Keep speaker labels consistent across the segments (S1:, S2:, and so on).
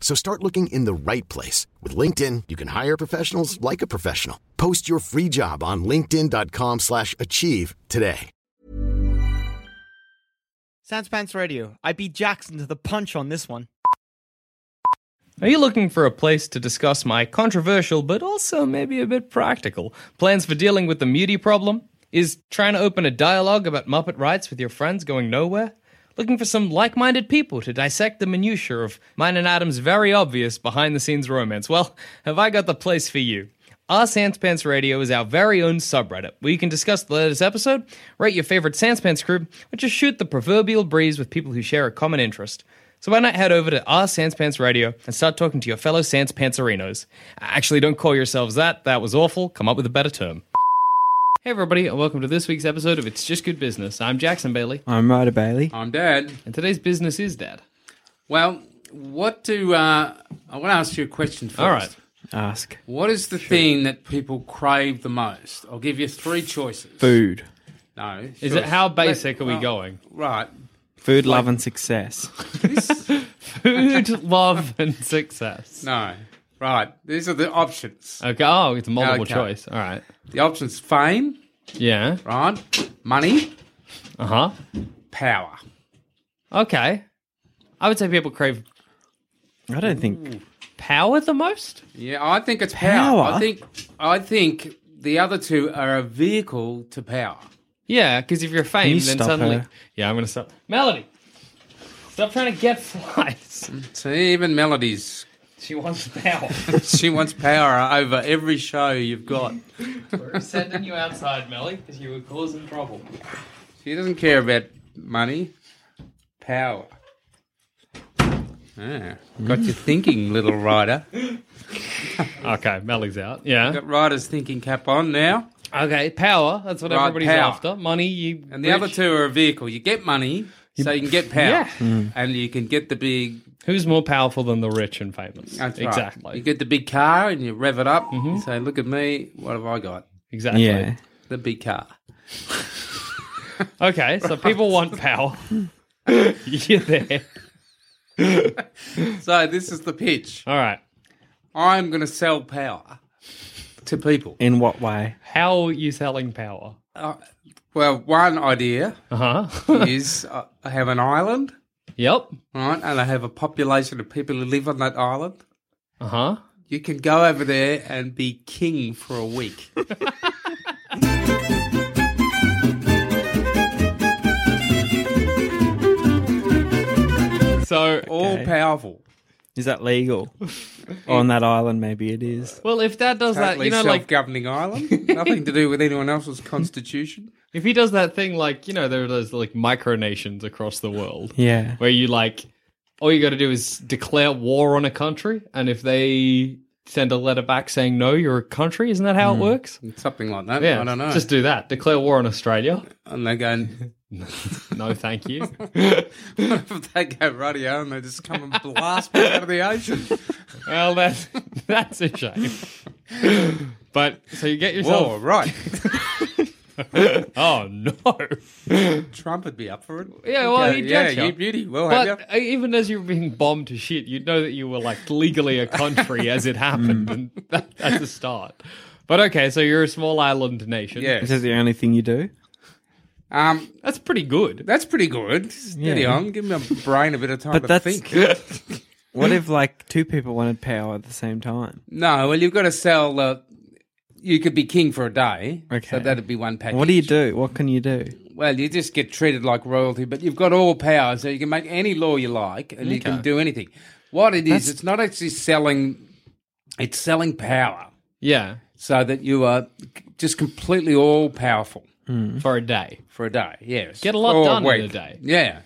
S1: So start looking in the right place. With LinkedIn, you can hire professionals like a professional. Post your free job on linkedin.com/achieve slash achieve today.
S2: Sandspants Radio. I beat Jackson to the punch on this one.
S3: Are you looking for a place to discuss my controversial but also maybe a bit practical plans for dealing with the mutie problem? Is trying to open a dialogue about Muppet rights with your friends going nowhere? Looking for some like minded people to dissect the minutiae of mine and Adam's very obvious behind the scenes romance? Well, have I got the place for you? Our Sanspants Radio is our very own subreddit where you can discuss the latest episode, rate your favorite Sanspants group, or just shoot the proverbial breeze with people who share a common interest. So why not head over to our Sanspants Radio and start talking to your fellow Sanspantserinos? Actually, don't call yourselves that. That was awful. Come up with a better term. Hey everybody, and welcome to this week's episode of It's Just Good Business. I'm Jackson Bailey,
S4: I'm Ryder Bailey.
S5: I'm Dad.
S3: and today's business is Dad.
S5: Well, what do uh, I want to ask you a question first?
S3: All right.
S4: Ask
S5: What is the thing that people crave the most? I'll give you three choices.
S4: food,
S5: No.
S3: Is
S5: sure.
S3: it how basic are we
S5: well,
S3: going?
S5: Right.
S4: food, love, and success.
S3: Food, love, and success.
S5: No. Right. These are the options.
S3: Okay. Oh, it's a multiple
S5: Okay.
S3: choice. All right.
S5: The options: fame,
S3: Yeah.
S5: right? Money,
S3: Uh huh.
S5: power.
S3: Okay. I would say people crave
S4: I don't think
S3: power the most.
S5: Yeah, I think it's power.
S4: Power?
S5: I think. I think the other two are a vehicle to power.
S3: Yeah, because if you're famed,
S4: you
S3: then
S4: stop
S3: suddenly.
S4: her?
S3: Yeah, I'm gonna stop. Melody, stop trying to get flies.
S5: See, even melodies.
S3: She wants power.
S5: She wants power over every show you've got.
S3: We're sending you outside, Melly, because you were causing trouble.
S5: She doesn't care about money, power. Ah, got you thinking, little rider.
S3: Okay, Melly's out. Yeah.
S5: Got rider's thinking cap on now.
S3: Okay, power. That's what
S5: Right,
S3: everybody's
S5: power.
S3: after. Money. You
S5: And the other
S3: rich.
S5: two are a vehicle. You get money, so you can get power.
S3: Yeah. Mm.
S5: And you can get the big.
S3: Who's more powerful than the rich and famous?
S5: That's right.
S3: exactly. Mm-hmm.
S5: You get the big car and you rev it up. You say, look at me. What have I got?
S3: Exactly.
S4: yeah.
S5: The big car.
S3: Okay, so people want power. You're there.
S5: So this is the pitch.
S3: All right.
S5: I'm going to sell power to people.
S4: In what way?
S3: How are you selling power?
S5: Uh, well, one idea
S3: Uh huh.
S5: is uh, I have an island.
S3: yep.
S5: right? And I have a population of people who live on that island.
S3: Uh huh.
S5: You can go over there and be king for a week.
S3: So
S5: All powerful.
S4: Is that legal? On that island, maybe it is.
S3: Well, if that does that,
S5: Totally
S3: you know, like
S5: self-governing island. Nothing to do with anyone else's constitution.
S3: if he does that thing, like you know, there are those like micronations across the world
S4: Yeah.
S3: where you like all you got to do is declare war on a country, and if they send a letter back saying no, you're a country, isn't that how it works?
S5: Something like that.
S3: Yeah,
S5: Hmm. I don't know.
S3: Just do that. Declare war on Australia.
S5: and they go, and
S3: No, thank you.
S5: if they go radio and they just come and blast me out of the ocean.
S3: well, that's that's a shame. But so you get
S5: Whoa,
S3: yourself.
S5: right.
S3: Oh no!
S5: Trump would be up for it.
S3: Yeah, well,
S5: Go,
S3: he'd
S5: yeah,
S3: get ya.
S5: you beauty. Well, have ya.
S3: But uh, even as you were being bombed to shit, you'd know that you were like legally a country as it
S5: Mm.
S3: happened, and that, that's a start. But okay, so you're a small island nation.
S4: Is
S5: yeah.
S4: that the only thing you do?
S5: Um,
S3: that's pretty good.
S5: that's pretty good. Steady
S4: Yeah.
S5: on. Give me a brain a bit of time
S4: But
S5: to
S4: that's-
S5: think.
S4: What if like two people wanted power at the same time?
S5: No, well, you've got to sell the you could be king for a day. So
S4: Okay.
S5: that'd be one package.
S4: What do you do? What can you do?
S5: Well, you just get treated like royalty, but you've got all power, so you can make any law you like, and you can do anything. What it is, it's not actually selling; it's selling power,
S3: Yeah,
S5: so that you are just completely all powerful
S3: for a day.
S5: for a day. Yes,
S3: Get a lot
S5: Or
S3: done in a
S5: week.
S3: day.
S5: Yeah,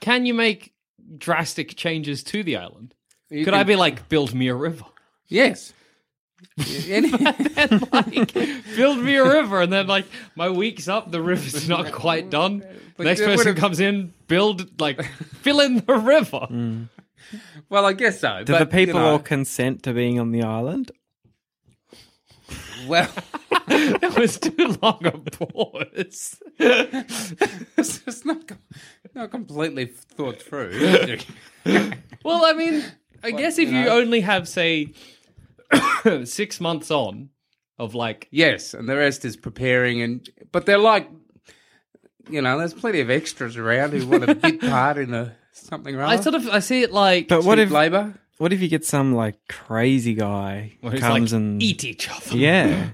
S3: Can you make drastic changes to the island?
S5: You
S3: Could
S5: can-
S3: I be like, build me a river?
S5: Yes. Any-
S3: And like, build me a river, and then like my week's up, the river's not quite done. Next
S5: it
S3: person
S5: would've-
S3: comes in, build like fill in the river.
S5: Mm. well, I guess so.
S4: Do
S5: but,
S4: the people
S5: you know,
S4: all consent to being on the island?
S5: well,
S3: That was too long a pause.
S5: it's just not com- not completely thought through. is it?
S3: Well, I mean, I guess if you, only have say six months on of like,
S5: Yes, and the rest is preparing, and but they're like, you know, there's plenty of extras around who want a bit part in a something or
S3: I
S5: other.
S3: sort of I see it like
S4: But what if
S5: labour?
S4: what if you get some like crazy guy
S3: where it's
S4: comes
S3: like
S4: and
S3: eat each other.
S4: yeah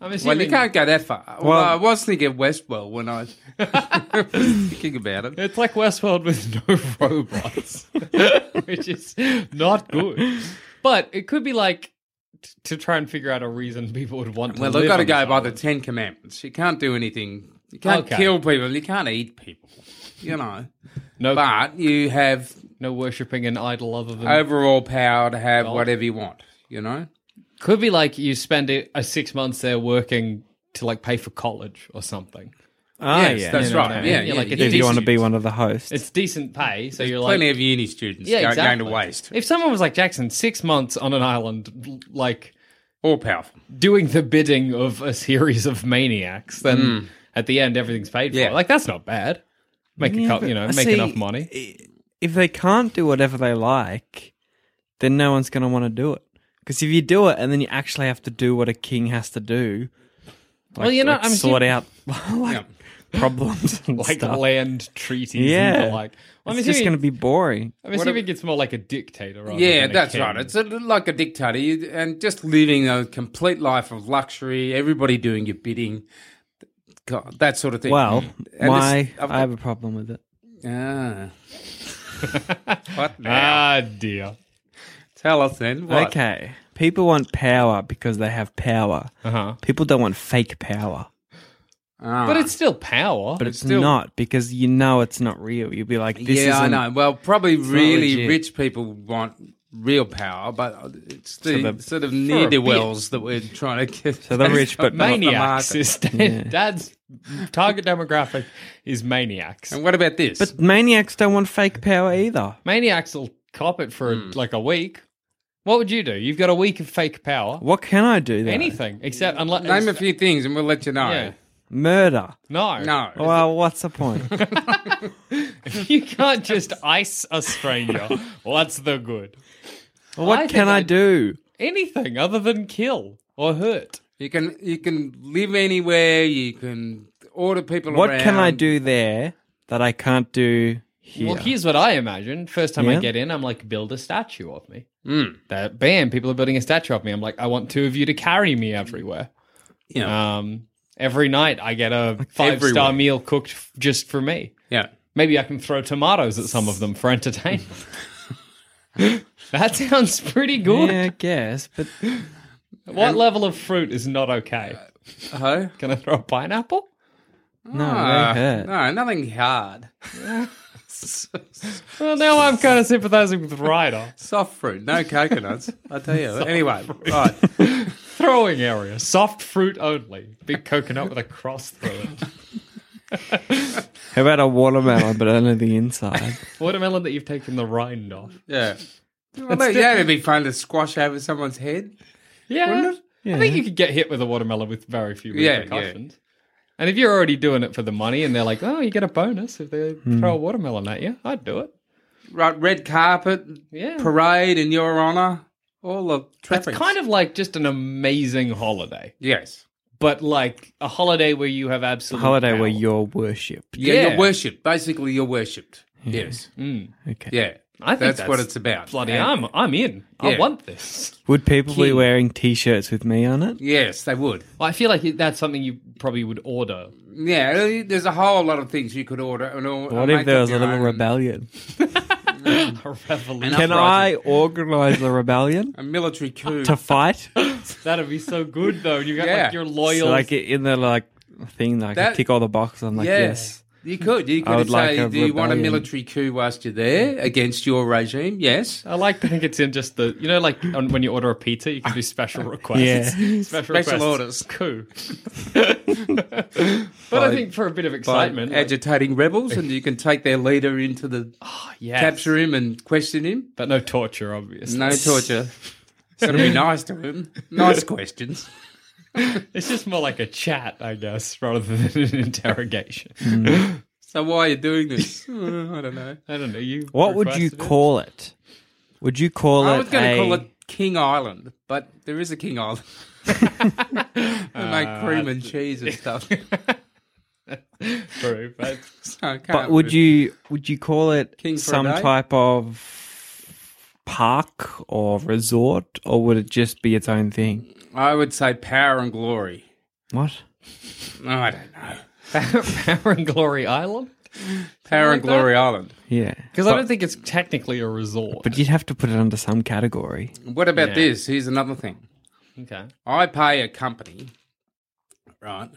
S3: I'm
S5: Well, you
S3: assuming
S5: can't go that far. Well,
S4: Well-
S5: I was thinking Westworld when I was thinking about it.
S3: it's like Westworld with no robots, which is not good. But it could be like t- to try and figure out a reason people would want to.
S5: Well,
S3: live
S5: they've got to
S3: on
S5: go
S3: this
S5: by the
S3: island.
S5: Ten Commandments. You can't do anything. You can't
S3: Okay.
S5: kill people. You can't eat people. You know,
S3: no,
S5: but you have
S3: no worshipping an idol other than
S5: overall power to have whatever you want. You know.
S3: could be like you spend a, a six months there working to like pay for college or something.
S4: oh
S5: yes,
S4: yeah
S5: that's
S3: You know what
S5: right.
S3: I mean?
S5: Yeah,
S3: Yeah,
S5: yeah,
S3: like
S5: yeah.
S3: it
S4: if
S3: is-
S4: you want to be one of the hosts
S3: It's decent pay, so you're like
S5: plenty of uni students
S3: yeah,
S5: go-
S3: exactly.
S5: going to waste.
S3: If someone was like Jackson, six months on an island, l- like
S5: All powerful.
S4: Oh,
S3: doing the bidding of a series of maniacs, then at the end everything's paid
S5: Hmm. Yeah.
S3: for. Like that's not bad. Make a couple, you know,
S4: but-
S3: make
S4: see,
S3: enough money.
S4: i- If they can't do whatever they like, then no one's going to want to do it. Because if you do it and then you actually have to do what a king has to do, like,
S3: Well, you know,
S4: like
S3: I'm
S4: sort out like problems and
S3: Like
S4: stuff.
S3: land treaties,
S4: Yeah.
S3: and the like. Well, I'm
S4: it's just
S3: assuming,
S4: going to be boring.
S3: I'm assuming it's more like a dictator. Rather
S5: Yeah,
S3: than a
S5: that's
S3: king.
S5: right. It's a, like a dictator, you, and just living a complete life of luxury. Everybody doing your bidding, God, that sort of thing.
S4: Well,
S5: And
S4: my
S5: this- I've
S4: I have a problem with it.
S5: Ah. what now?
S3: ah dear.
S5: Tell us then. What?
S4: Okay, people want power because they have power.
S3: Uh-huh.
S4: People don't want fake power,
S5: Ah.
S3: But it's still power.
S4: but it's
S5: still-
S4: not because you know it's not real. You'll be like, this
S5: yeah, I
S4: isn't-
S5: know. Well, probably really
S4: legit.
S5: rich people want real power, but it's the
S4: So the-
S5: sort of near do wells that we're trying to get.
S4: So they're rich, but not-
S3: maniacs.
S5: market.
S3: Is Dad's target demographic is maniacs.
S5: And what about this?
S4: But maniacs don't want fake power either.
S3: Maniacs will cop it for
S4: Hmm.
S3: like a week. What would you do? You've got a week of fake power.
S4: What can I do then?
S3: Anything except unless
S5: Name a few things, and we'll let you know.
S3: Yeah.
S4: Murder.
S3: no,
S5: No.
S4: Well, what's the point?
S3: You can't just ice a stranger. What's the good?
S4: what
S3: think
S4: can I
S3: I'd-
S4: do?
S3: Anything other than kill or hurt.
S5: You can you can live anywhere. You can order people
S4: What
S5: around.
S4: can I do there that I can't do here?
S3: Well, here's what I imagine. First time I
S4: Yeah. Hmm.
S3: get in, I'm like, build a statue of me. That bam, people are building a statue of me. I'm like, I want two of you to carry me everywhere.
S5: Yeah.
S3: Um, every night I get a five
S5: everywhere.
S3: star meal cooked f- just for me.
S5: yeah.
S3: Maybe I can throw tomatoes at some of them for entertainment. that sounds pretty good.
S4: yeah, I guess, but
S3: What level of fruit is not okay?
S5: Oh.
S3: Can I throw a pineapple?
S4: no,
S5: Ah,
S4: they hurt.
S5: no, nothing hard.
S3: Well, now I'm kind of sympathizing with Ryder.
S5: Soft fruit, no coconuts. I tell you. anyway, right.
S3: Throwing area, soft fruit only. Big coconut with a cross through it.
S4: How about a watermelon, but only the inside?
S3: Watermelon that you've taken the rind off.
S5: Yeah. Well, no, yeah, it'd be fun to squash over someone's head.
S3: Yeah. I think
S4: Yeah.
S3: you could get hit with a watermelon with very few
S5: Yeah, yeah.
S3: repercussions. And if you're already doing it for the money and they're like, oh, you get a bonus if they
S4: Hmm.
S3: throw a watermelon at you, I'd do it.
S5: Right, red carpet,
S3: Yeah.
S5: parade in your honour, all the
S3: That's
S5: traffic.
S3: kind of like just an amazing holiday,
S5: yes.
S3: but like a holiday where you have absolute
S4: Holiday
S3: power.
S4: where you're worshipped.
S5: Yeah,
S3: Yeah. Mm.
S5: you're worshipped. Basically, you're worshipped. Yes.
S4: Okay.
S5: Yeah.
S3: I think
S5: That's
S3: that's,
S5: what it's about.
S3: Bloody,
S5: And-
S3: I'm I'm in. I
S5: Yeah.
S3: want this.
S4: Would people be
S5: Key.
S4: wearing t-shirts with me on it?
S5: Yes, they would.
S3: Well, I feel like it- that's something you probably would order.
S5: Yeah, uh, there's a whole lot of things you could order. And all,
S4: What if there was a little rebellion?
S3: A revolution.
S4: Can I organize a rebellion
S5: A military coup.
S4: to fight?
S3: That'd be so good though. You got
S5: Yeah.
S3: like your
S4: So,
S3: loyal.
S4: like in the like thing, like I
S5: That-
S4: tick all the boxes. I'm like, yes.
S5: yes. You could. You could
S4: would
S5: say,
S4: like
S5: do
S4: a
S5: you want a
S4: rebellion."
S5: military coup whilst you're there against your regime? Yes.
S3: I like to think it's in just the you know like on, when you order a pizza you can do special requests.
S4: Yeah.
S3: special, requests.
S5: orders.
S3: Coup. but I think for a bit of
S5: By
S3: excitement, like,
S5: agitating rebels, and you can take their leader into the
S3: yes.
S5: capture him and question him.
S3: but no torture, obviously.
S5: No torture. Gotta be nice to him. Nice questions.
S3: It's just more like a chat, I guess, rather than an interrogation.
S5: So why are you doing this? Uh, I don't know.
S3: I don't know. You.
S4: What would you
S3: requested it?
S4: call it? Would you call
S5: I
S4: it?
S5: was going
S4: a-
S5: to call it King Island, but there is a King Island. they make
S4: Uh,
S5: cream and cheese and stuff.
S3: True, but
S5: So I can't
S4: But would
S5: really-
S4: you would you call it
S5: King for a
S4: some
S5: day?
S4: type of park or resort, or would it just be its own thing?
S5: I would say power and glory.
S4: What?
S5: No, I don't know.
S3: Power and Glory Island?
S5: Power and Glory Island.
S4: Yeah,
S3: Because I don't think it's technically a resort.
S4: but you'd have to put it under some category.
S5: What about
S3: Yeah.
S5: this? Here's another thing.
S3: okay.
S5: I pay a company, right?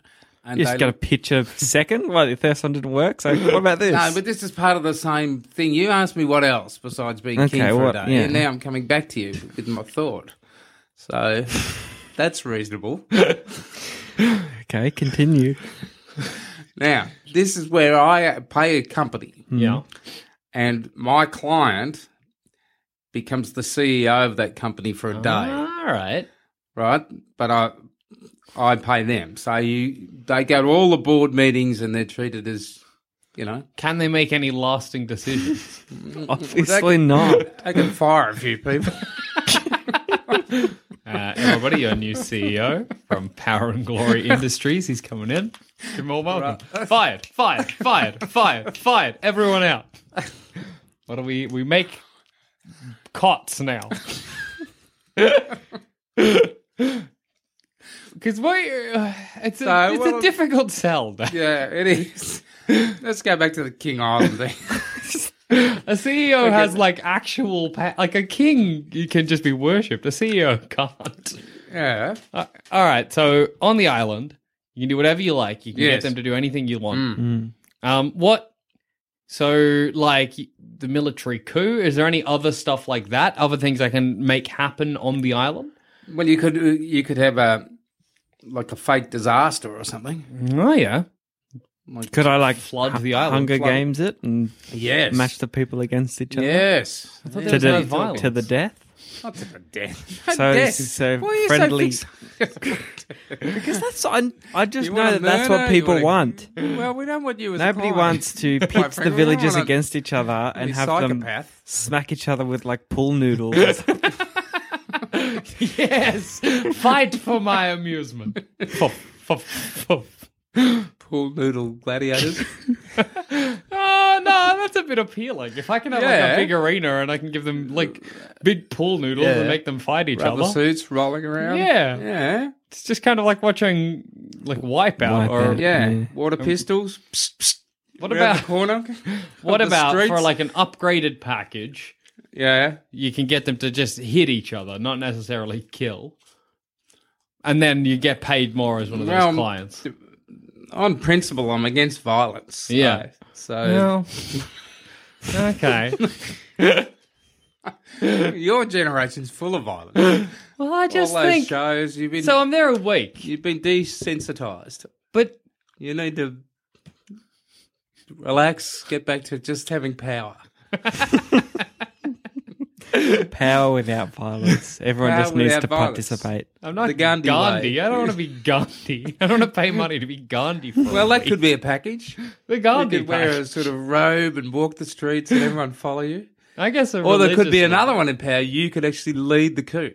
S5: And
S4: You just
S5: they
S4: got to
S5: look-
S4: pitch a second. Well, the first one didn't work. So what about this?
S5: No, but this is part of the same thing. You asked me what else besides being
S4: Okay,
S5: king for
S4: what-
S5: a day,
S4: yeah.
S5: and now I'm coming back to you with my thought. So that's reasonable.
S4: okay, continue.
S5: Now, this is where I pay a company,
S3: Yeah.
S5: and my client becomes the CEO of that company for a day,
S3: All right.
S5: right? But I I pay them, so you they go to all the board meetings, and they're treated as you know.
S3: Can they make any lasting decisions?
S4: Obviously not.
S5: I can fire a few people.
S3: uh, everybody, your new CEO from Power and Glory Industries, he's coming in. You're more welcome. Fired, fired, fired, fired, fired. Everyone out. What do we? We make cots now. Because we, uh, it's a,
S5: So,
S3: it's
S5: well,
S3: a difficult sell. Dave.
S5: yeah, it is. Let's go back to the King Island thing.
S3: A CEO has like actual, pa- like a king you can just be worshipped. A CEO can't.
S5: Yeah.
S3: Uh, all right, so on the island, you can do whatever you like. You can get
S5: Yes. Mm.
S3: them to do anything you want.
S4: Mm.
S3: Um, what? So, like the military coup. Is there any other stuff like that? Other things I can make happen on the island?
S5: Well, you could you could have a like a fake disaster or something.
S3: Oh yeah,
S4: Could I like
S3: Flood
S4: hu-
S3: the island,
S4: Hunger
S3: flood-
S4: Games it and
S5: Yes.
S4: match the people against each other
S5: Yes.
S3: thought
S4: to
S3: there
S4: the
S3: was no violence.
S4: to the death?
S5: Not to the death.
S4: So-
S5: Death.
S4: so
S5: Why are you so
S4: friendly-
S5: fixated?
S4: Because that's I, I just
S5: You
S4: know
S5: wanna
S4: that that's what
S5: murder, you
S4: people
S5: wanna-
S4: want.
S5: well, we don't want you as a
S4: Nobody
S5: client.
S4: wants to pit
S5: frankly,
S4: the
S5: we
S4: villagers
S5: wanna
S4: against each other and
S5: be
S4: have them
S5: psychopath.
S4: smack each other with like pool noodles.
S3: yes. Fight for my amusement. Fuff, fuff, fuff.
S5: pool noodle gladiators.
S3: Oh no, that's a bit appealing. If I can have like
S5: Yeah.
S3: a big arena and I can give them like big pool noodles
S5: Yeah.
S3: and make them fight each
S5: Rubber
S3: other,
S5: suits rolling around.
S3: Yeah.
S5: Yeah.
S3: it's just kind of like watching like Wipeout, or
S4: Wipeout.
S5: Yeah.
S4: Yeah.
S5: Water pistols. Psst, psst.
S3: Um, what
S5: Around
S3: about
S5: the corner?
S3: What
S5: the
S3: about for
S5: streets?
S3: like an upgraded package?
S5: Yeah.
S3: You can get them to just hit each other, not necessarily kill. And then you get paid more as one of those
S5: Well,
S3: clients.
S5: On principle, I'm against violence. So,
S3: Yeah.
S5: So
S3: Well, okay.
S5: your generation's full of violence.
S3: Well, I just
S5: All those
S3: think
S5: shows you've been
S3: so. I'm there a week,
S5: you've been desensitized.
S3: but
S5: You need to relax, get back to just having power.
S4: Power without violence. Everyone
S5: Power
S4: just needs
S5: without
S4: to
S5: violence.
S4: participate.
S3: I'm not
S5: The Gandhi
S3: Gandhi.
S5: way.
S3: I don't want to be Gandhi. I don't want to pay money to be Gandhi. For
S5: Well,
S3: a
S5: that
S3: week.
S5: could be a package.
S3: the
S5: You
S3: Gandhi.
S5: could wear a
S3: Whereas
S5: sort of robe and walk the streets and everyone follow you.
S3: I guess, a
S5: Or there could be
S3: religious
S5: another one in power. You could actually lead the coup.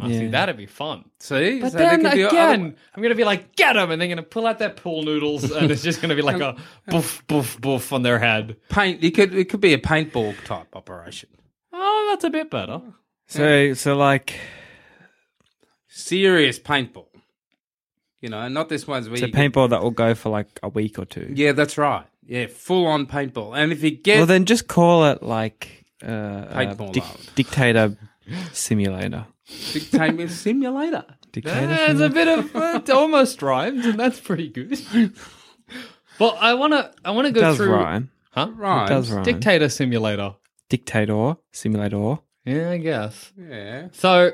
S3: Oh, see,
S4: Yeah.
S3: that'd be fun.
S5: See?
S3: But
S5: So there
S3: then
S5: could be other-
S3: again, I'm gonna be like, get them, and they're gonna pull out their pool noodles, and it's just gonna be like a boof, boof, boof on their head.
S5: paint. You could it could be a paintball type operation.
S3: Oh, that's a bit better.
S4: So, so like,
S5: Serious paintball. You know, not this one's where
S4: it's a
S5: you get-
S4: paintball that will go for like a week or two.
S5: Yeah, that's right. Yeah, full on paintball. And if you get
S4: Well, then just call it like uh, uh,
S5: Paintball
S4: dic-
S5: Island.
S4: dictator simulator.
S5: dictate me simulator.
S4: Dictator.
S3: That's a
S4: simulator?
S3: bit of it almost rhymes, and that's pretty good. Well, I wanna I wanna go
S4: does
S3: through
S4: rhyme.
S3: huh
S5: Right.
S4: Does rhyme.
S3: dictator simulator.
S4: dictator simulator.
S3: Yeah, I guess.
S5: Yeah.
S3: So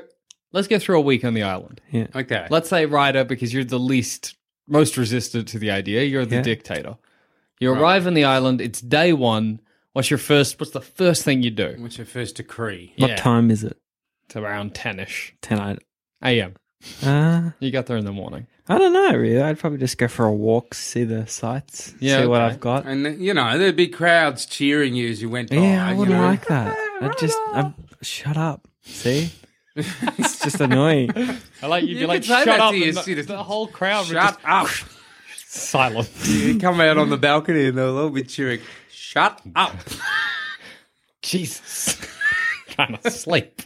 S3: let's go through a week on the island.
S4: Yeah.
S5: Okay.
S3: Let's say Ryder, because you're the least most resistant to the idea. You're the
S4: Yeah.
S3: dictator. You arrive on the island. It's day one. What's your first? What's the first thing you do?
S5: What's your first decree?
S4: What
S3: Yeah.
S4: time is it?
S3: It's around tenish
S4: Ten. I,
S3: a.m.
S4: uh,
S3: You got there in the morning.
S4: I don't know. Really, I'd probably just go for a walk, see the sights,
S3: Yeah,
S4: see what
S3: okay. Oh,
S4: I've got.
S5: And then, you know, there'd be crowds cheering you as you went by.
S4: yeah, I
S5: you
S4: wouldn't
S5: know.
S4: like that. I just, I shut up. See, it's just annoying.
S3: I like you'd
S5: You
S3: be like,
S5: could say
S3: shut
S5: that
S3: up.
S5: to your
S3: and the,
S5: students.
S3: the whole crowd would
S5: Shut
S3: just
S5: up.
S3: silent.
S5: you come out on the balcony and they'll all be cheering. Shut up.
S3: Jesus. Trying to sleep.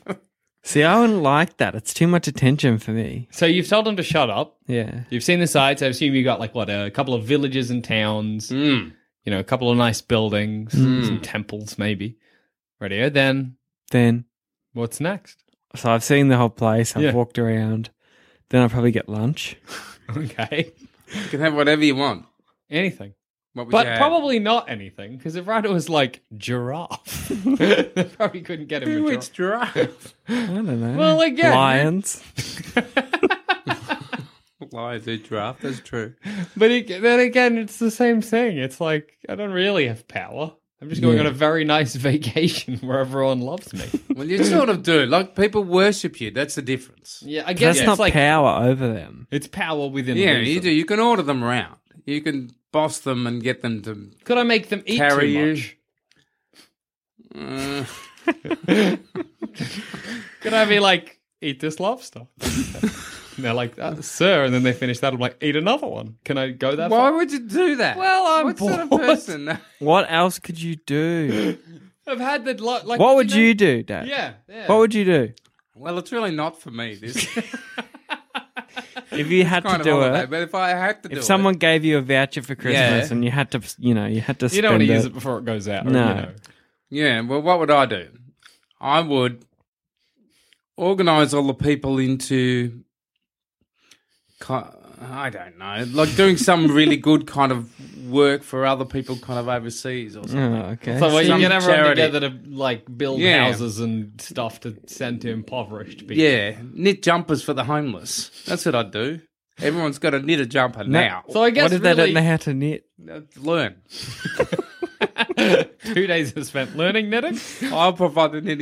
S4: See, I wouldn't like that. It's too much attention for me.
S3: So you've told them to shut up.
S4: Yeah.
S3: You've seen the sights. I assume you got like what a couple of villages and towns.
S5: Hmm.
S3: You know, a couple of nice buildings, some temples, maybe. Radio. Then
S4: Then,
S3: what's next?
S4: so I've seen the whole place. I've
S3: Yeah.
S4: walked around. Then I'll probably get lunch.
S3: Okay,
S5: You can have whatever you want.
S3: anything,
S5: What would
S3: but
S5: you have?
S3: probably not anything because if Ryder was like giraffe, they probably couldn't get him. A giraffe.
S5: Which giraffe?
S4: I don't know.
S3: Well, again-
S4: lions.
S5: Lions are giraffe. That's true.
S3: But ag- then again, it's the same thing. It's like I don't really have power. I'm just going on a very nice vacation where everyone loves me.
S5: Well, you sort of do. Like people worship you. That's the difference.
S3: yeah, I guess
S4: That's
S3: it's
S4: not
S3: like
S4: power over them.
S3: it's power within.
S5: Yeah,
S3: reason.
S5: you do. You can order them around. You can boss them and get them to.
S3: Could I make them eat
S5: Carry
S3: too
S5: you.
S3: much?
S5: Uh,
S3: Could I be like, eat this lobster? and they're like, uh, sir. And then they finish that. I'm like, eat another one. Can I go that
S5: why
S3: far?
S5: would you do that?
S3: Well, I'm
S5: what sort of
S3: bored.
S5: person?
S4: What else could you do?
S3: I've had the lo- like.
S4: What would
S3: know-
S4: you do, Dad?
S3: Yeah, yeah.
S4: What would you do
S5: Well, it's really not for me. This
S4: if you had
S5: kind
S4: to
S5: of
S4: do
S5: holiday,
S4: it?
S5: but if I had to do
S4: If someone gave you a voucher for Christmas
S5: Yeah.
S4: and you had to, you know, you had to spend
S3: you don't want to
S4: it,
S3: use it before it goes out. or,
S4: No.
S3: you know.
S5: it, yeah. Well, what would I do? I would organise all the people into. ki- I don't know, like doing some really good kind of work for other people, kind of overseas or
S4: Oh,
S3: Mm.
S5: something.
S4: okay.
S3: So wait, you
S5: Some
S3: get everyone
S5: charity.
S3: together to like build
S5: Yeah.
S3: houses and stuff to send to impoverished people.
S5: Yeah, knit jumpers for the homeless. That's what I'd do. Everyone's got to knit a jumper now.
S3: So I guess
S4: what if they
S3: really,
S4: don't know how to knit?
S5: Learn.
S3: two days are spent learning knitting.
S5: I'll provide the knitting.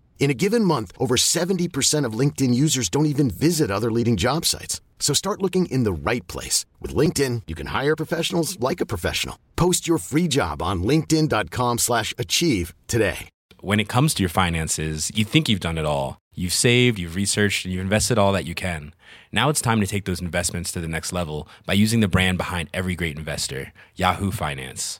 S1: In a given month, over 70% of LinkedIn users don't even visit other leading job sites. So start looking in the right place. With LinkedIn, you can hire professionals like a professional. Post your free job on linkedin.com/achieve slash achieve today.
S6: when it comes to your finances, you think you've done it all. You've saved, you've researched, and you've invested all that you can. Now it's time to take those investments to the next level by using the brand behind every great investor, Yahoo Finance.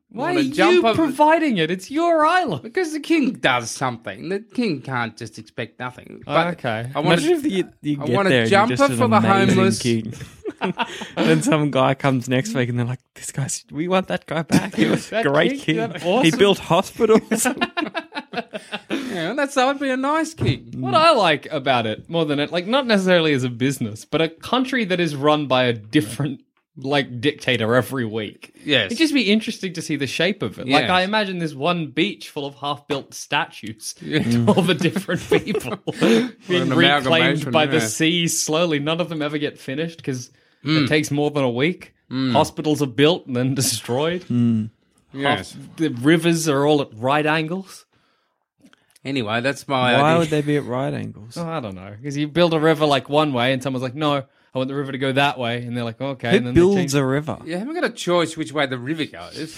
S3: Why
S5: wanna
S3: are you
S5: jump up-
S3: providing it? It's your island.
S5: Because the king does something. The king can't just expect nothing.
S3: Oh, okay.
S5: I want
S4: Imagine if
S5: to.
S4: you, you
S5: I
S4: get
S5: want a
S4: there
S5: jumper
S4: and you're just
S5: for
S4: an
S5: the
S4: amazing
S5: homeless.
S4: King. then some guy comes next week and they're like, "This guy's, we want that guy back. He was a
S3: That
S4: great
S3: king,
S4: king.
S3: that
S4: He
S3: awesome-
S4: built hospitals."
S5: Yeah, that's that would be a nice king.
S3: What I like about it more than it, like, not necessarily as a business, but a country that is run by a different, like, dictator every week.
S5: Yes.
S3: It'd just be interesting to see the shape of it. Like,
S5: Yes.
S3: I imagine this one beach full of half built statues to all the different people being
S5: an
S3: reclaimed
S5: amalgamation,
S3: by the
S5: yeah. Mm.
S3: sea slowly. None of them ever get finished because it takes more than a week. Hospitals are built and then destroyed.
S5: Yes.
S3: The rivers are all at right angles.
S5: Anyway, that's my
S4: Why
S5: idea.
S4: would they be at right angles?
S3: Oh, I don't know. Because you build a river like one way, and someone's like, no, I want the river to go that way. And they're like, okay. and
S4: Who
S3: then they
S4: builds
S3: change-
S4: a river?
S5: You haven't got a choice which way the river goes.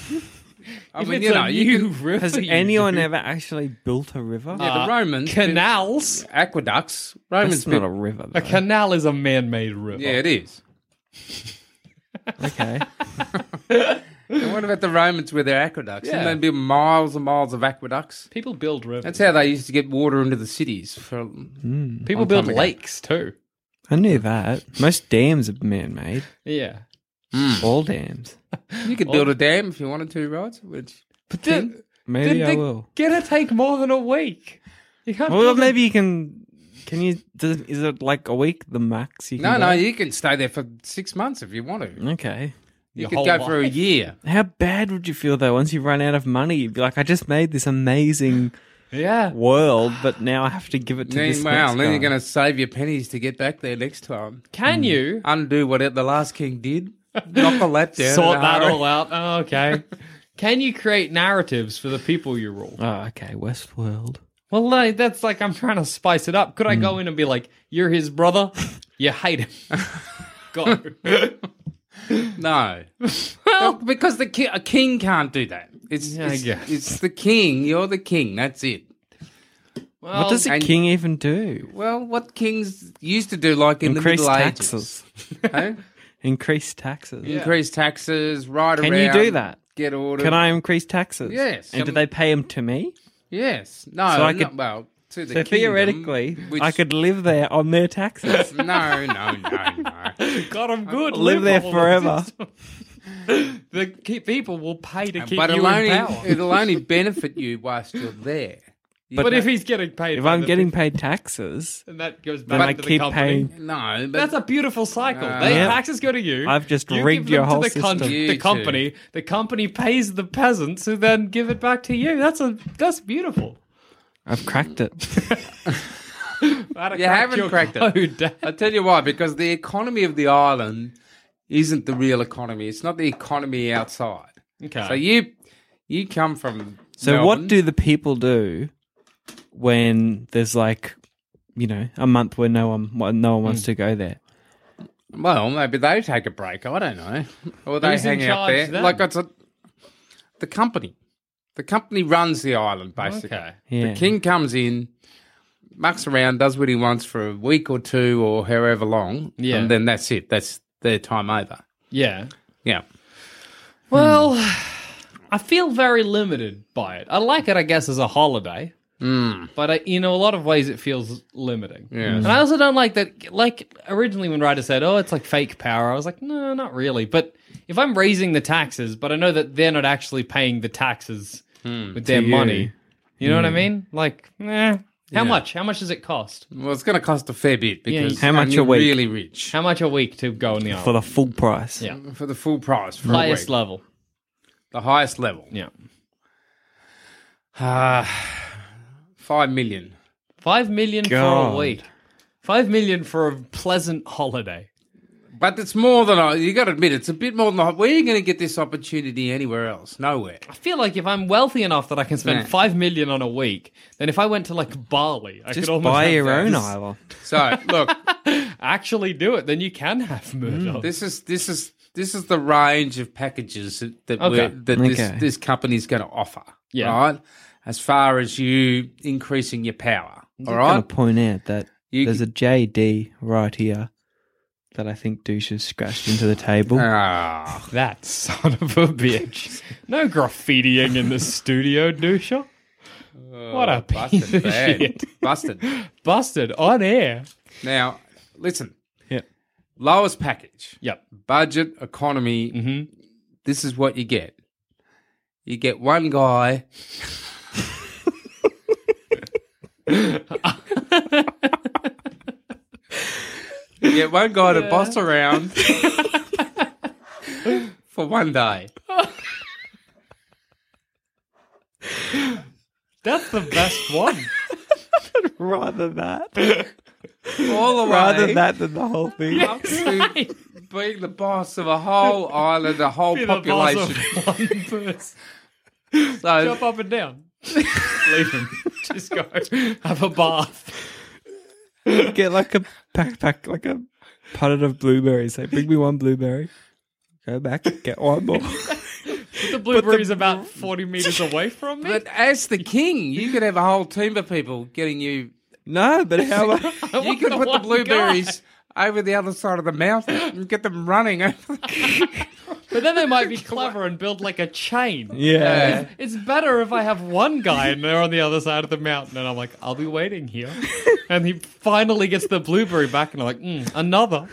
S5: I
S3: If
S5: mean,
S3: it's
S5: you
S3: a
S5: know, you
S3: new
S5: can,
S3: river,
S4: Has
S3: you
S4: anyone
S3: do-
S4: ever actually built a river?
S5: yeah, the Romans
S3: Canals?
S5: aqueducts.
S4: uh, That's
S5: Romans
S4: not
S5: built-
S4: a river.
S3: A
S4: Though.
S3: canal is a man made river.
S5: yeah, it is.
S4: Okay.
S5: And what about the Romans with their aqueducts?
S3: Yeah.
S5: And they'd build miles and miles of aqueducts.
S3: People build rivers.
S5: That's how they used to get water into the cities. For
S3: People
S5: long
S3: build
S5: time ago.
S3: lakes too.
S4: I knew that. Most dams are man-made.
S3: Yeah.
S4: All dams.
S5: you could build a dam if you wanted to, right? Which
S3: But then,
S4: Maybe
S3: did
S4: I
S3: the-
S4: will.
S3: gonna take more than a week. You can't.
S4: Well,
S3: build a-
S4: maybe you can. Can you? Does, is it like a week the max? You can
S5: no,
S4: go?
S5: no, you can stay there for six months if you want to.
S4: Okay.
S5: You
S3: Your
S5: could
S3: whole
S5: go for a
S3: life.
S5: year.
S4: How bad would you feel though once you run out of money? You'd be like, I just made this amazing
S3: Yeah.
S4: world, but now I have to give it to this
S5: Meanwhile,
S4: next
S5: then
S4: guy.
S5: you're going to save your pennies to get back there next time.
S3: Can
S4: Hmm.
S3: you
S5: Undo what the last king did. Knock a lap down.
S3: sort
S5: in a
S3: that
S5: hurry.
S3: all out? Oh, okay. Can you create narratives for the people you rule?
S4: Oh, okay, Westworld.
S3: Well, like, that's like I'm trying to spice it up. Could I
S4: Hmm.
S3: go in and be like, "You're his brother. You hate him. go."
S5: No. Look, because the ki- a king can't do that. It's,
S3: Yeah, I
S5: it's,
S3: guess.
S5: it's the king. You're the king. That's it.
S4: what does a
S5: and-
S4: king even do?
S5: Well, what kings used to do, like in
S4: Increase
S5: the Middle
S4: taxes.
S5: Ages, eh?
S4: Increase taxes.
S5: increase taxes, ride
S4: Can
S5: around.
S4: you do that?
S5: Get ordered.
S4: Can I increase taxes?
S5: Yes. Um,
S4: And do
S5: Can-
S4: they pay them to me?
S5: Yes. No.
S4: So I
S5: no-
S4: could-
S5: well, to the
S4: So
S5: kingdom,
S4: theoretically,
S5: which-
S4: I could live there on their taxes.
S5: No, no, no, no.
S3: God, I'm good.
S4: live there
S3: all
S4: forever.
S3: of this. the key people will pay to keep
S5: but
S3: you
S5: it'll
S3: in
S5: only,
S3: power.
S5: it'll only benefit you whilst you're there. You
S3: But
S5: know-
S3: if he's getting paid,
S4: if
S3: by
S4: I'm
S3: the
S4: getting
S3: people,
S4: paid taxes,
S3: and that goes back
S4: then I
S3: to
S4: keep
S3: the company.
S4: paying.
S5: no, but
S3: That's a beautiful cycle.
S5: Uh,
S3: they
S4: Yeah.
S3: taxes go to you.
S4: I've just
S3: you
S4: rigged
S3: give them
S4: your whole
S3: to the, con-
S4: system.
S5: You
S3: the
S5: too.
S3: company. The company pays the peasants who then give it back to you. That's a that's beautiful.
S4: I've cracked it.
S5: You haven't cracked it. I tell you why, because the economy of the island isn't the real economy. It's not the economy outside.
S3: Okay.
S5: So you you come from
S4: So
S5: Melbourne.
S4: what do the people do when there's like, you know, a month where no one wh- no one wants
S3: Hmm.
S4: to go there?
S5: well maybe they take a break. I don't know, or they
S3: Who's in
S5: hang out
S3: charge
S5: there.
S3: then?
S5: Like it's a, the company. The company runs the island basically.
S3: okay.
S4: Yeah.
S5: The king comes in, mucks around, does what he wants for a week or two or however long,
S3: Yeah.
S5: and then that's it. That's their time over.
S3: Yeah.
S5: Yeah.
S3: Well, I feel very limited by it. I like it, I guess, as a holiday, but I, you know, a lot of ways it feels limiting.
S5: Yes.
S3: And I also don't like that. Like originally, when Ryder said, "Oh, it's like fake power," I was like, "No, not really." But if I'm raising the taxes, but I know that they're not actually paying the taxes with their
S4: you.
S3: money, you know what I mean? Like, eh. How much? How much does it cost?
S5: Well, it's going to cost a fair bit
S3: Yeah,
S5: because
S4: How much
S5: and you're
S4: a week?
S5: really rich.
S3: How much a week to go in the
S4: For
S3: island?
S4: the full price.
S3: Yeah.
S5: for the full price for
S3: Highest
S5: a week.
S3: level.
S5: the highest level.
S3: Yeah.
S5: Ah, Five million.
S3: Five million for
S4: God.
S3: a week. Five million for a pleasant holiday.
S5: But it's more than I. You got to admit, it's a bit more than I. Where are you going to get this opportunity anywhere else? Nowhere.
S3: I feel like if I'm wealthy enough that I can spend
S5: Yeah.
S3: five million on a week, then if I went to like Bali, I
S4: Just
S3: could almost
S4: buy
S3: have
S4: your
S3: that.
S4: own
S3: Just
S4: island.
S5: So look,
S3: Actually, do it. Then you can have murder.
S5: Mm. this is this is this is the range of packages that that,
S3: Okay.
S5: we're, that
S4: Okay.
S5: this this company's going to offer.
S3: Yeah.
S5: Right. As far as you increasing your power.
S4: I'm
S5: All
S4: going
S5: right.
S4: to point out that
S5: You
S4: there's a JD right here that I think douches scratched into the table.
S3: Uh,
S5: Ah,
S3: That son of a bitch. No graffitiing in the studio, doucher. What a piece
S5: Oh, busted
S3: of
S5: bad.
S3: shit.
S5: Busted.
S3: Busted on air.
S5: Now, listen.
S3: Yep.
S5: Lowest package.
S3: Yep.
S5: Budget economy.
S3: Mhm.
S5: This is what you get. You get one guy. you get one guy to boss around for one day.
S3: That's the best one.
S4: Rather that,
S5: All the way
S4: rather that than the whole thing.
S5: up to being the boss of a whole island, a whole
S3: Be the boss
S5: population.
S3: of one person.
S5: So
S3: Jump up and down. Leave him. Just go. Have a bath.
S4: Get like a backpack, like a punnet of blueberries. Say, bring me one blueberry. Go back, get one more.
S3: The blueberry's about 40 meters away from me.
S5: But as the king, you could have a whole team of people getting you.
S4: No, but how? about-
S5: You could
S3: the
S5: put the
S3: one
S5: blueberries over the other side of the mountain and get them running. over
S3: But then they might be clever and build like a chain.
S4: Yeah.
S5: there.
S3: It's better if I have one guy and they're on the other side of the mountain, and I'm like, I'll be waiting here. And he finally gets the blueberry back, and I'm like, mm, another.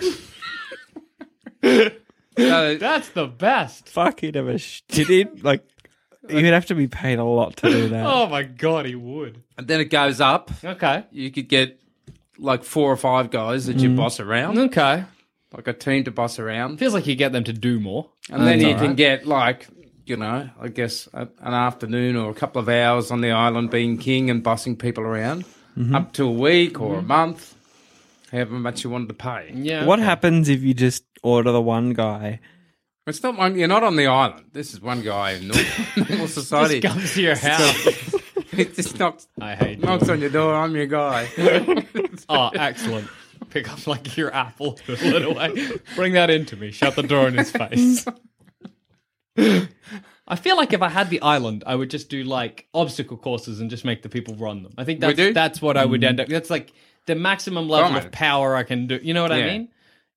S5: So,
S3: That's the best.
S4: Fuck, he'd have a sh- did he like? You'd have to be paid a lot to do that.
S3: Oh my god, he would.
S5: and then it goes up.
S3: Okay.
S5: You could get like four or five guys that you boss around,
S3: Okay.
S5: like a team to boss around.
S3: Feels like you get them to do more.
S5: And then
S3: That's
S5: you
S3: all
S5: can
S3: right.
S5: get like, you know, I guess a, an afternoon or a couple of hours on the island being king and bossing people around up to a week or a month, however much you wanted to pay.
S3: Yeah.
S4: What happens if you just order the one guy?
S5: It's not one. You're not on the island. This is one guy in normal, normal society.
S3: Just comes to your house.
S5: It just knocks,
S3: I hate you.
S5: knocks on your door. I'm your guy.
S3: Oh, excellent. Pick up like your apple, throw it away. Bring that into me. Shut the door in his face. I feel like if I had the island, I would just do like obstacle courses and just make the people run them. I think that's
S5: do?
S3: that's what I would end up. That's like the maximum level
S5: Right.
S3: of power I can do. You know what I
S5: Yeah.
S3: mean?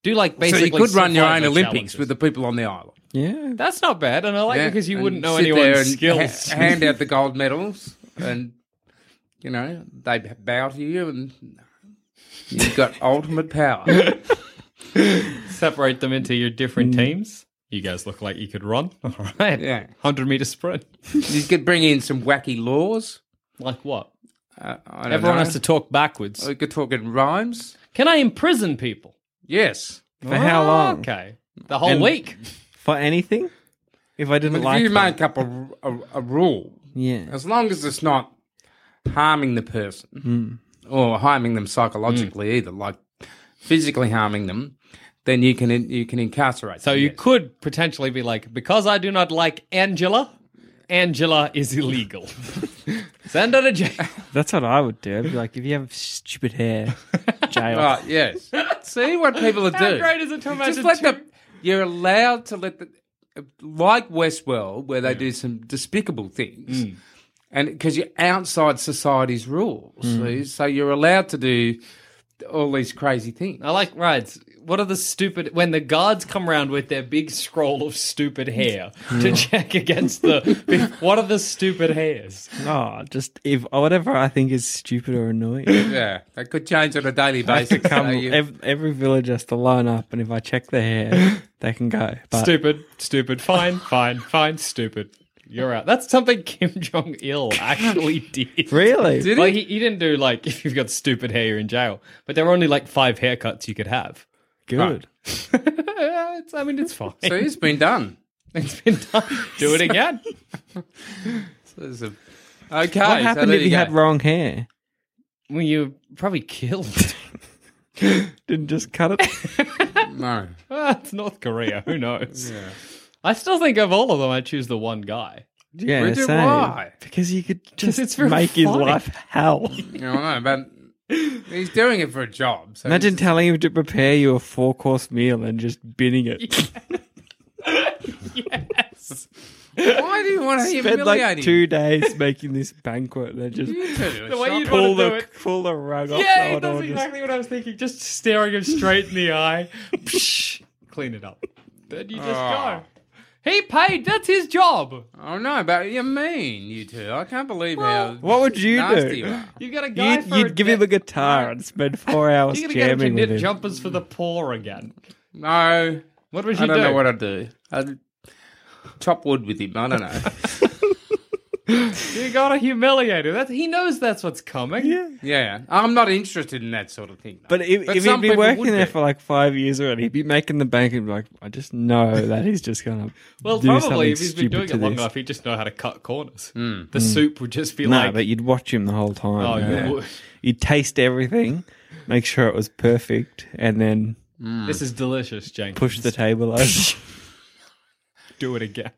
S3: Do like
S5: so
S3: basically.
S5: you could run your own
S3: survival
S5: Olympics
S3: challenges.
S5: with the people on the island.
S4: Yeah,
S3: That's not bad, and I like
S5: Yeah,
S3: it because you
S5: and
S3: wouldn't know
S5: sit there
S3: anyone's
S5: and
S3: skills.
S5: ha- hand out the gold medals, and you know they bow to you, and you've got ultimate power.
S3: Separate them into your different teams. You guys look like you could run. All right.
S5: Mm. Yeah.
S3: 100 meter sprint.
S5: You could bring in some wacky laws.
S3: Like what?
S5: Uh, I don't
S3: Everyone
S5: know.
S3: has to talk backwards.
S5: We could talk in rhymes.
S3: Uh, Can I imprison people?
S5: Yes.
S4: for how long?
S3: Okay. The whole
S4: And-
S3: week.
S4: For anything? If I didn't
S5: But
S4: like
S5: if you
S4: them.
S5: make up a, a, a rule,
S4: yeah,
S5: as long as it's not harming the person or harming them psychologically either, like physically harming them, then you can you can incarcerate.
S3: So
S5: them,
S3: you
S5: yes.
S3: could potentially be like, because I do not like Angela, Angela is illegal. Send her to jail.
S4: that's what I would do. I'd be like, if you have stupid hair, jail.
S5: Right, yes. See what people are
S3: How
S5: doing.
S3: great is it to imagine?
S5: Just let
S3: two-
S5: the you're allowed to let the like Westworld where they do some despicable things. And because you're outside society's rules, see? so you're allowed to do all these crazy things.
S3: I like rides. What are the stupid when the guards come round with their big scroll of stupid hair to check against the what are the stupid hairs?
S4: Oh, just if whatever I think is stupid or annoying.
S5: Yeah, that could change on a daily basis.
S4: Come,
S5: so you-
S4: ev- every village has to line up, and if I check the hair, they can go. But
S3: Stupid, stupid, fine, fine, fine, stupid. You're out. That's something Kim Jong Il actually did.
S4: really,
S5: Did
S3: Well,
S5: he?
S3: he, he didn't do like if you've got stupid hair, you're in jail. But there were only like five haircuts you could have.
S4: good.
S3: it's, I mean, it's fine.
S5: So he's been done.
S3: it's been done. Do it again.
S5: So there's a- Okay.
S4: What happened if you had wrong hair?
S3: well, you're probably killed.
S4: Didn't just cut it.
S5: No.
S3: Ah, it's North Korea. Who knows? I still think of all of them, I choose the one guy.
S4: yeah,
S5: Bridget,
S4: same.
S5: why?
S4: Because you could just
S3: it's very
S4: make his
S3: funny.
S4: life hell.
S5: You know, but he's doing it for a job. So
S4: Imagine
S5: he's-
S4: telling him to prepare you a four course meal and just binning it.
S3: Yes.
S5: Why do you want to
S4: Spent
S5: humiliate
S4: like
S5: him?
S4: two days making this banquet and then just
S5: You turn into a
S3: The way you
S5: shark.
S4: pull
S3: want to do
S4: the
S3: it.
S4: pull the rug off.
S3: Yeah,
S4: someone
S3: that's
S4: or just-
S3: exactly what I was thinking. Just staring him straight in the eye. Psh, Clean it up. Then you just
S4: Ah.
S5: Oh.
S3: go. He paid. That's his job.
S5: Oh no, but you're mean, you two. I can't believe how
S4: What would you
S5: nasty you
S4: do?
S5: are.
S3: You got a guy
S4: You'd,
S3: for
S4: you'd give him a guitar and spend four hours
S3: You're gonna get him to
S4: jamming
S3: knit
S4: with him.
S3: jumpers for the poor again.
S5: No,
S3: What would you
S5: I don't
S3: do?
S5: know what I'd do. I'd chop wood with him. I don't know.
S3: you gotta humiliate him. That, he knows that's what's coming. Yeah.
S5: yeah, I'm not interested in that sort of thing. though.
S4: But if, if he'd
S5: some
S4: be
S5: people
S4: working
S5: would
S4: there
S5: be.
S4: for like five years already, he'd be making the bank and be like, I just know that he's just gonna
S3: Well,
S4: do something
S3: probably if he's been
S4: stupid
S3: doing
S4: to
S3: it long
S4: this.
S3: enough, he'd just know how to cut corners.
S5: Hmm.
S3: The soup would just be
S4: No,
S3: like,
S4: but you'd watch him the whole time.
S3: oh,
S4: man.
S3: you-
S4: You'd taste everything, make sure it was perfect, and then
S3: this is delicious, James.
S4: push the table over.
S3: do it again.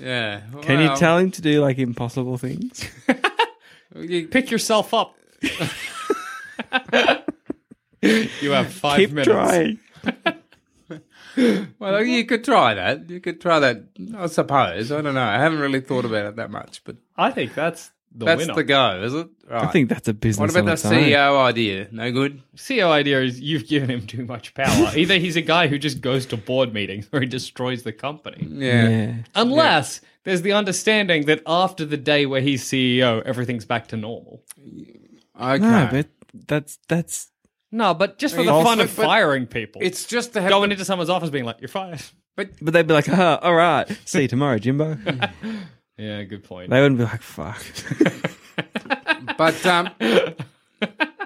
S5: yeah,
S4: Can you
S5: well,
S4: tell him to do like impossible things?
S5: you-
S3: Pick yourself up. you have five
S4: Keep
S3: minutes.
S4: trying.
S5: well, you could try that. You could try that. I suppose. I don't know. I haven't really thought about it that much, but
S3: I think that's the
S5: that's
S3: winner.
S5: the go, is it? Right.
S4: I think that's a business.
S5: What about
S4: on
S5: the uh,
S4: its own.
S5: CEO idea? No good.
S3: CEO idea is you've given him too much power. Either he's a guy who just goes to board meetings or he destroys the company.
S5: Yeah.
S4: Yeah.
S3: Unless there's the understanding that after the day where he's CEO, everything's back to normal.
S5: Okay.
S4: No, but that's that's
S3: No, but just for the
S5: Also-
S3: fun of
S5: but-
S3: firing people,
S5: it's just to have
S3: going
S5: the-
S3: into someone's office being like, "You're fired."
S4: but they'd be like, ah, all right, see you tomorrow, Jimbo.
S3: Yeah, good point.
S4: they wouldn't be like, fuck.
S5: but um,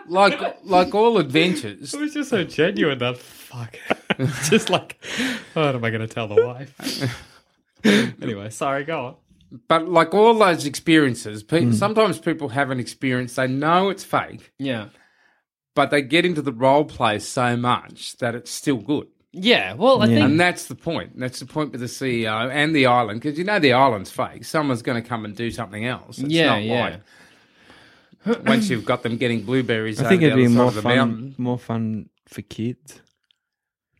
S5: like like all adventures,
S3: It was just so genuine that fuck. just like, "Oh, what am I going to tell the wife? anyway, sorry, go on.
S5: but like all those experiences, pe-
S4: Mm.
S5: sometimes people have an experience they know it's fake,
S3: Yeah.
S5: but they get into the role play so much that it's still good.
S3: Yeah, well, I
S5: And
S3: think.
S5: that's the point. That's the point with the CEO and the island because you know the island's fake. Someone's going to come and do something else. It's
S3: Yeah,
S5: not
S3: yeah.
S5: like once you've got them getting blueberries.
S4: I think
S5: over
S4: it'd
S5: the
S4: be
S5: other side
S4: more
S5: of the
S4: fun,
S5: mountain.
S4: more fun for kids.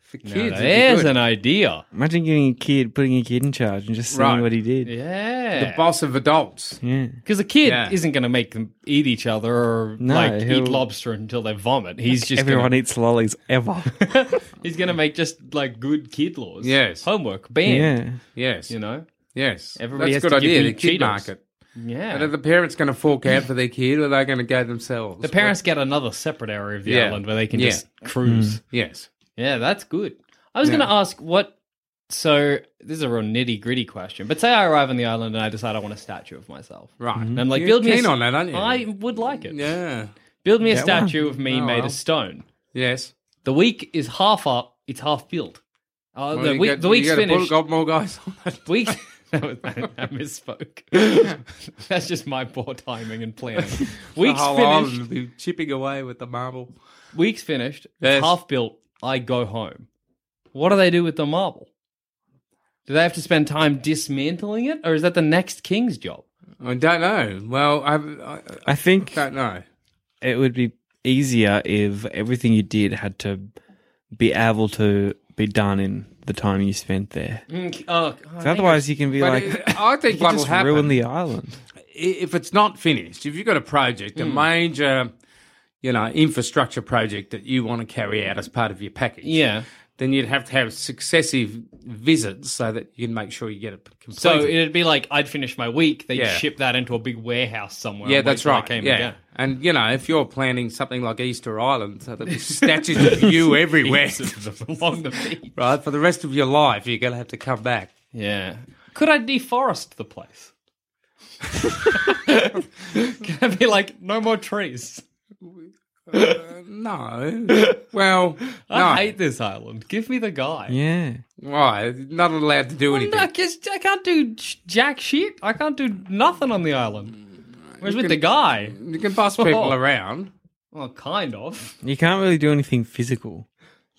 S5: for kids.
S3: No,
S5: it'd be
S3: there's
S5: good.
S3: an idea.
S4: Imagine getting a kid, putting a kid in charge, and just seeing
S5: Right.
S4: what he did.
S5: the
S3: Yeah.
S5: boss of adults.
S4: Yeah.
S3: Because a kid
S5: Yeah.
S3: isn't going to make them eat each other or
S4: No,
S3: like eat
S4: he'll-
S3: lobster until they vomit. He's just
S4: Everyone
S3: gonna,
S4: eats lollies ever.
S3: he's going to make just like good kid laws.
S5: Yes.
S3: homework banned.
S4: yeah.
S5: Yes,
S3: You know,
S5: yes.
S3: Everybody
S5: That's a
S3: has
S5: good
S3: to give
S5: idea.
S3: me
S5: the kid
S3: Cheetos.
S5: market.
S3: yeah.
S5: And are the parents going to fork out for their kid, or are they going to go themselves?
S3: the parents get another separate area of the
S5: Yeah.
S3: island where they can
S5: Yeah.
S3: just cruise.
S4: Hmm.
S5: Yes.
S3: Yeah, that's good. I was going to ask what. So this is a real nitty gritty question, but say I arrive on the island and I decide I want a statue of myself.
S5: Right.
S4: Hmm.
S3: And I'm like,
S5: You're
S3: build me a
S5: keen
S3: s-
S5: on that, aren't you?
S3: I would like it.
S5: Yeah.
S3: Build me a
S4: Get one.
S3: statue of me
S5: Oh,
S3: made
S5: well.
S3: of stone.
S5: Yes.
S3: The week is half up. It's half built. Uh,
S5: Well,
S3: the,
S5: you
S3: week,
S5: got-
S3: the
S5: you
S3: week's
S5: got to put-
S3: finished.
S5: Got more guys on that.
S3: Week. that was- I misspoke. That's just my poor timing and planning. Week's
S5: the whole
S3: finished.
S5: island will be chipping away with the marble.
S3: Week's finished.
S5: Yes.
S3: It's half built. I go home. What do they do with the marble? Do they have to spend time dismantling it, or is that the next king's job?
S5: I don't know. Well, I, I
S4: I think
S5: don't know.
S4: it would be easier if everything you did had to be able to be done in the time you spent there. Otherwise, you can be
S5: Mm. But
S4: like,
S5: it- I
S4: you
S5: think what'll
S4: just ruin
S5: happen
S4: the island.
S5: if it's not finished, if you've got a project, a major, you know, infrastructure project that you want to carry out as part of your package,
S3: yeah.
S5: then you'd have to have successive visits so that you can make sure you get it completed.
S3: So it'd be like I'd finish my week. They'd
S5: Yeah.
S3: ship that into a big warehouse somewhere.
S5: yeah,
S3: and wait
S5: that's
S3: till I
S5: right.
S3: came
S5: yeah.
S3: again.
S5: And you know, if you're planning something like Easter Island, so there'll be statues of you everywhere,
S3: along the beach.
S5: right? For the rest of your life, you're going to have to come back.
S3: Yeah. Could I deforest the place? Can I be like, no more trees?
S5: No. Well,
S3: I
S5: no.
S3: hate this island. Give me the guy.
S4: Yeah.
S5: Why? Not allowed to do anything.
S3: No, 'cause I can't do j- jack shit. I can't do nothing on the island. Whereas with the guy,
S5: You Mm. can bus people
S3: Oh.
S5: around.
S3: well, kind of.
S4: You can't really do anything physical.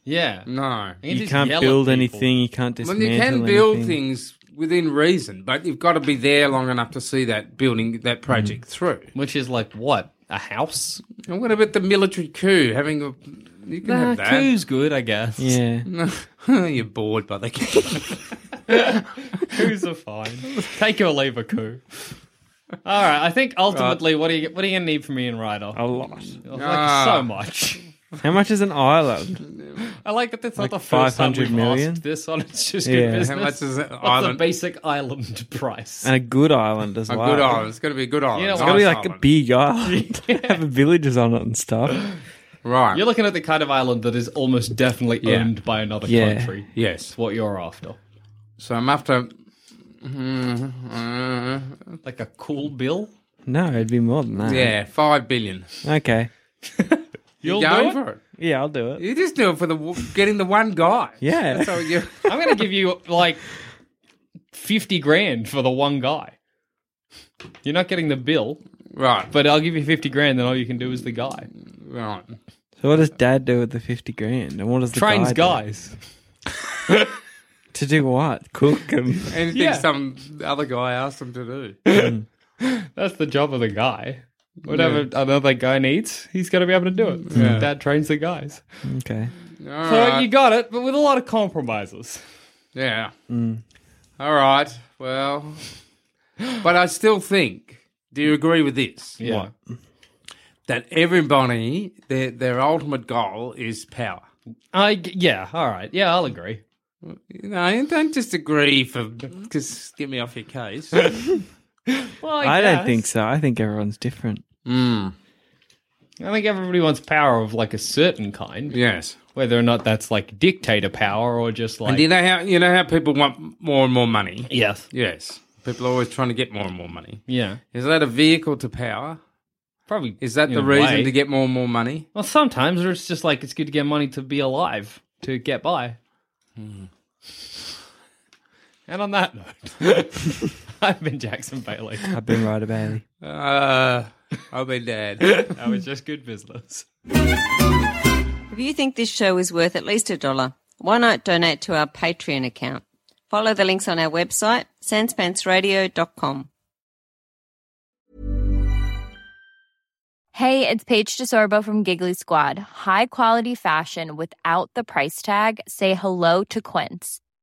S3: Yeah.
S5: No.
S3: can
S4: You
S3: just
S4: can't
S3: yell at
S4: build
S3: people.
S4: anything. You can't
S5: Well,
S4: dismantle
S5: you can build
S4: anything.
S5: things within reason, but you've got to be there long enough to see that building,
S3: Mm.
S5: that project through.
S3: Which is like what? A house?
S5: And what about the military coup? Having a. You can
S3: Nah,
S5: have that.
S3: coup's good, I guess.
S4: Yeah.
S5: You're bored by the coup.
S3: Coups are fine. Take your leave a coup. All right, I think ultimately, what are you what are you gonna need from me in Ryder?
S4: A lot.
S3: Like
S5: Ah.
S3: so much.
S4: How much is an island?
S3: I like that that's
S4: Like
S3: not the first time
S4: 500
S3: we've
S4: million?
S3: asked this on It's Just
S4: Yeah.
S3: Good
S4: How
S3: Business.
S5: How much is it?
S3: What's
S5: Island.
S3: the basic island price?
S4: And a good island as
S5: a
S4: well.
S5: good island. It's got to be a good island.
S3: You know
S5: It's
S4: It's gotta
S3: Nice
S4: be like a big island. Have villages on it and stuff.
S5: Right.
S3: You're looking at the kind of island that is almost definitely
S5: Yeah.
S3: owned by another
S4: Yeah.
S3: country.
S5: yes.
S3: It's what you're after.
S5: So I'm after. Mm, uh,
S3: Like a cool bill?
S4: No, it'd be more than that.
S5: yeah, five billion.
S4: Okay.
S3: You'll
S5: Go
S3: do it?
S5: for it.
S4: Yeah, I'll do it.
S5: You just do it for the getting the one guy.
S4: Yeah.
S5: So you.
S3: I'm going to give you like 50 grand for the one guy. You're not getting the bill,
S5: Right.
S3: but I'll give you 50 grand, then all you can do is the guy.
S5: Right.
S4: So what does Dad do with the fifty grand? And what does the
S3: Trains
S4: guy do?
S3: guys.
S4: to do what? Cook and
S5: Anything
S3: Yeah.
S5: some other guy asked him to do.
S3: That's the job of the guy. Whatever another guy needs, he's going to be able to do it. Dad trains the guys.
S4: okay.
S5: All
S3: So
S5: right.
S3: you got it, but with a lot of compromises.
S5: Yeah. All right. Well, but I still think. Do you agree with this?
S3: Yeah.
S5: That everybody, their their ultimate goal is power.
S3: I g yeah, all right. Yeah, I'll agree.
S5: You know, and don't just agree for just get me off your case.
S3: Well,
S4: I, don't
S3: guess.
S4: think so. I think everyone's different.
S3: I think everybody wants power of like a certain kind,
S5: yes.
S3: whether or not that's like dictator power or just like
S5: And you know how you know how people want more and more money.
S3: yes,
S5: Yes. People are always trying to get more and more money.
S3: yeah,
S5: Is that a vehicle to power?
S3: probably.
S5: Is that
S3: in
S5: the
S3: a
S5: reason
S3: way.
S5: to get more and more money?
S3: Well, sometimes it's just like it's good to get money to be alive to get by. Hmm. And on that note, I've been Jackson Bailey.
S4: I've been right about it.
S5: Uh, I'll be dead.
S3: That was just good business.
S7: If you think this show is worth at least a dollar, why not donate to our Patreon account? Follow the links on our website, sanspantsradio.com.
S8: Hey, it's Paige DeSorbo from Giggly Squad. High quality fashion without the price tag. Say hello to Quince.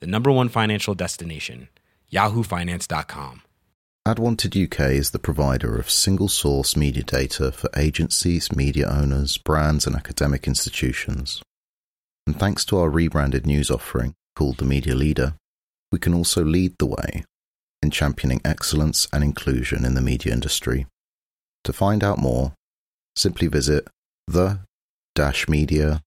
S6: the number one financial destination, yahoofinance.com.
S9: AdWanted UK is the provider of single source media data for agencies, media owners, brands, and academic institutions. And thanks to our rebranded news offering called The Media Leader, we can also lead the way in championing excellence and inclusion in the media industry. To find out more, simply visit the media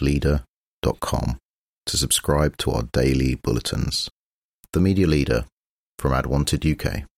S9: leader.com to subscribe to our daily bulletins. The Media Leader from AdWanted UK.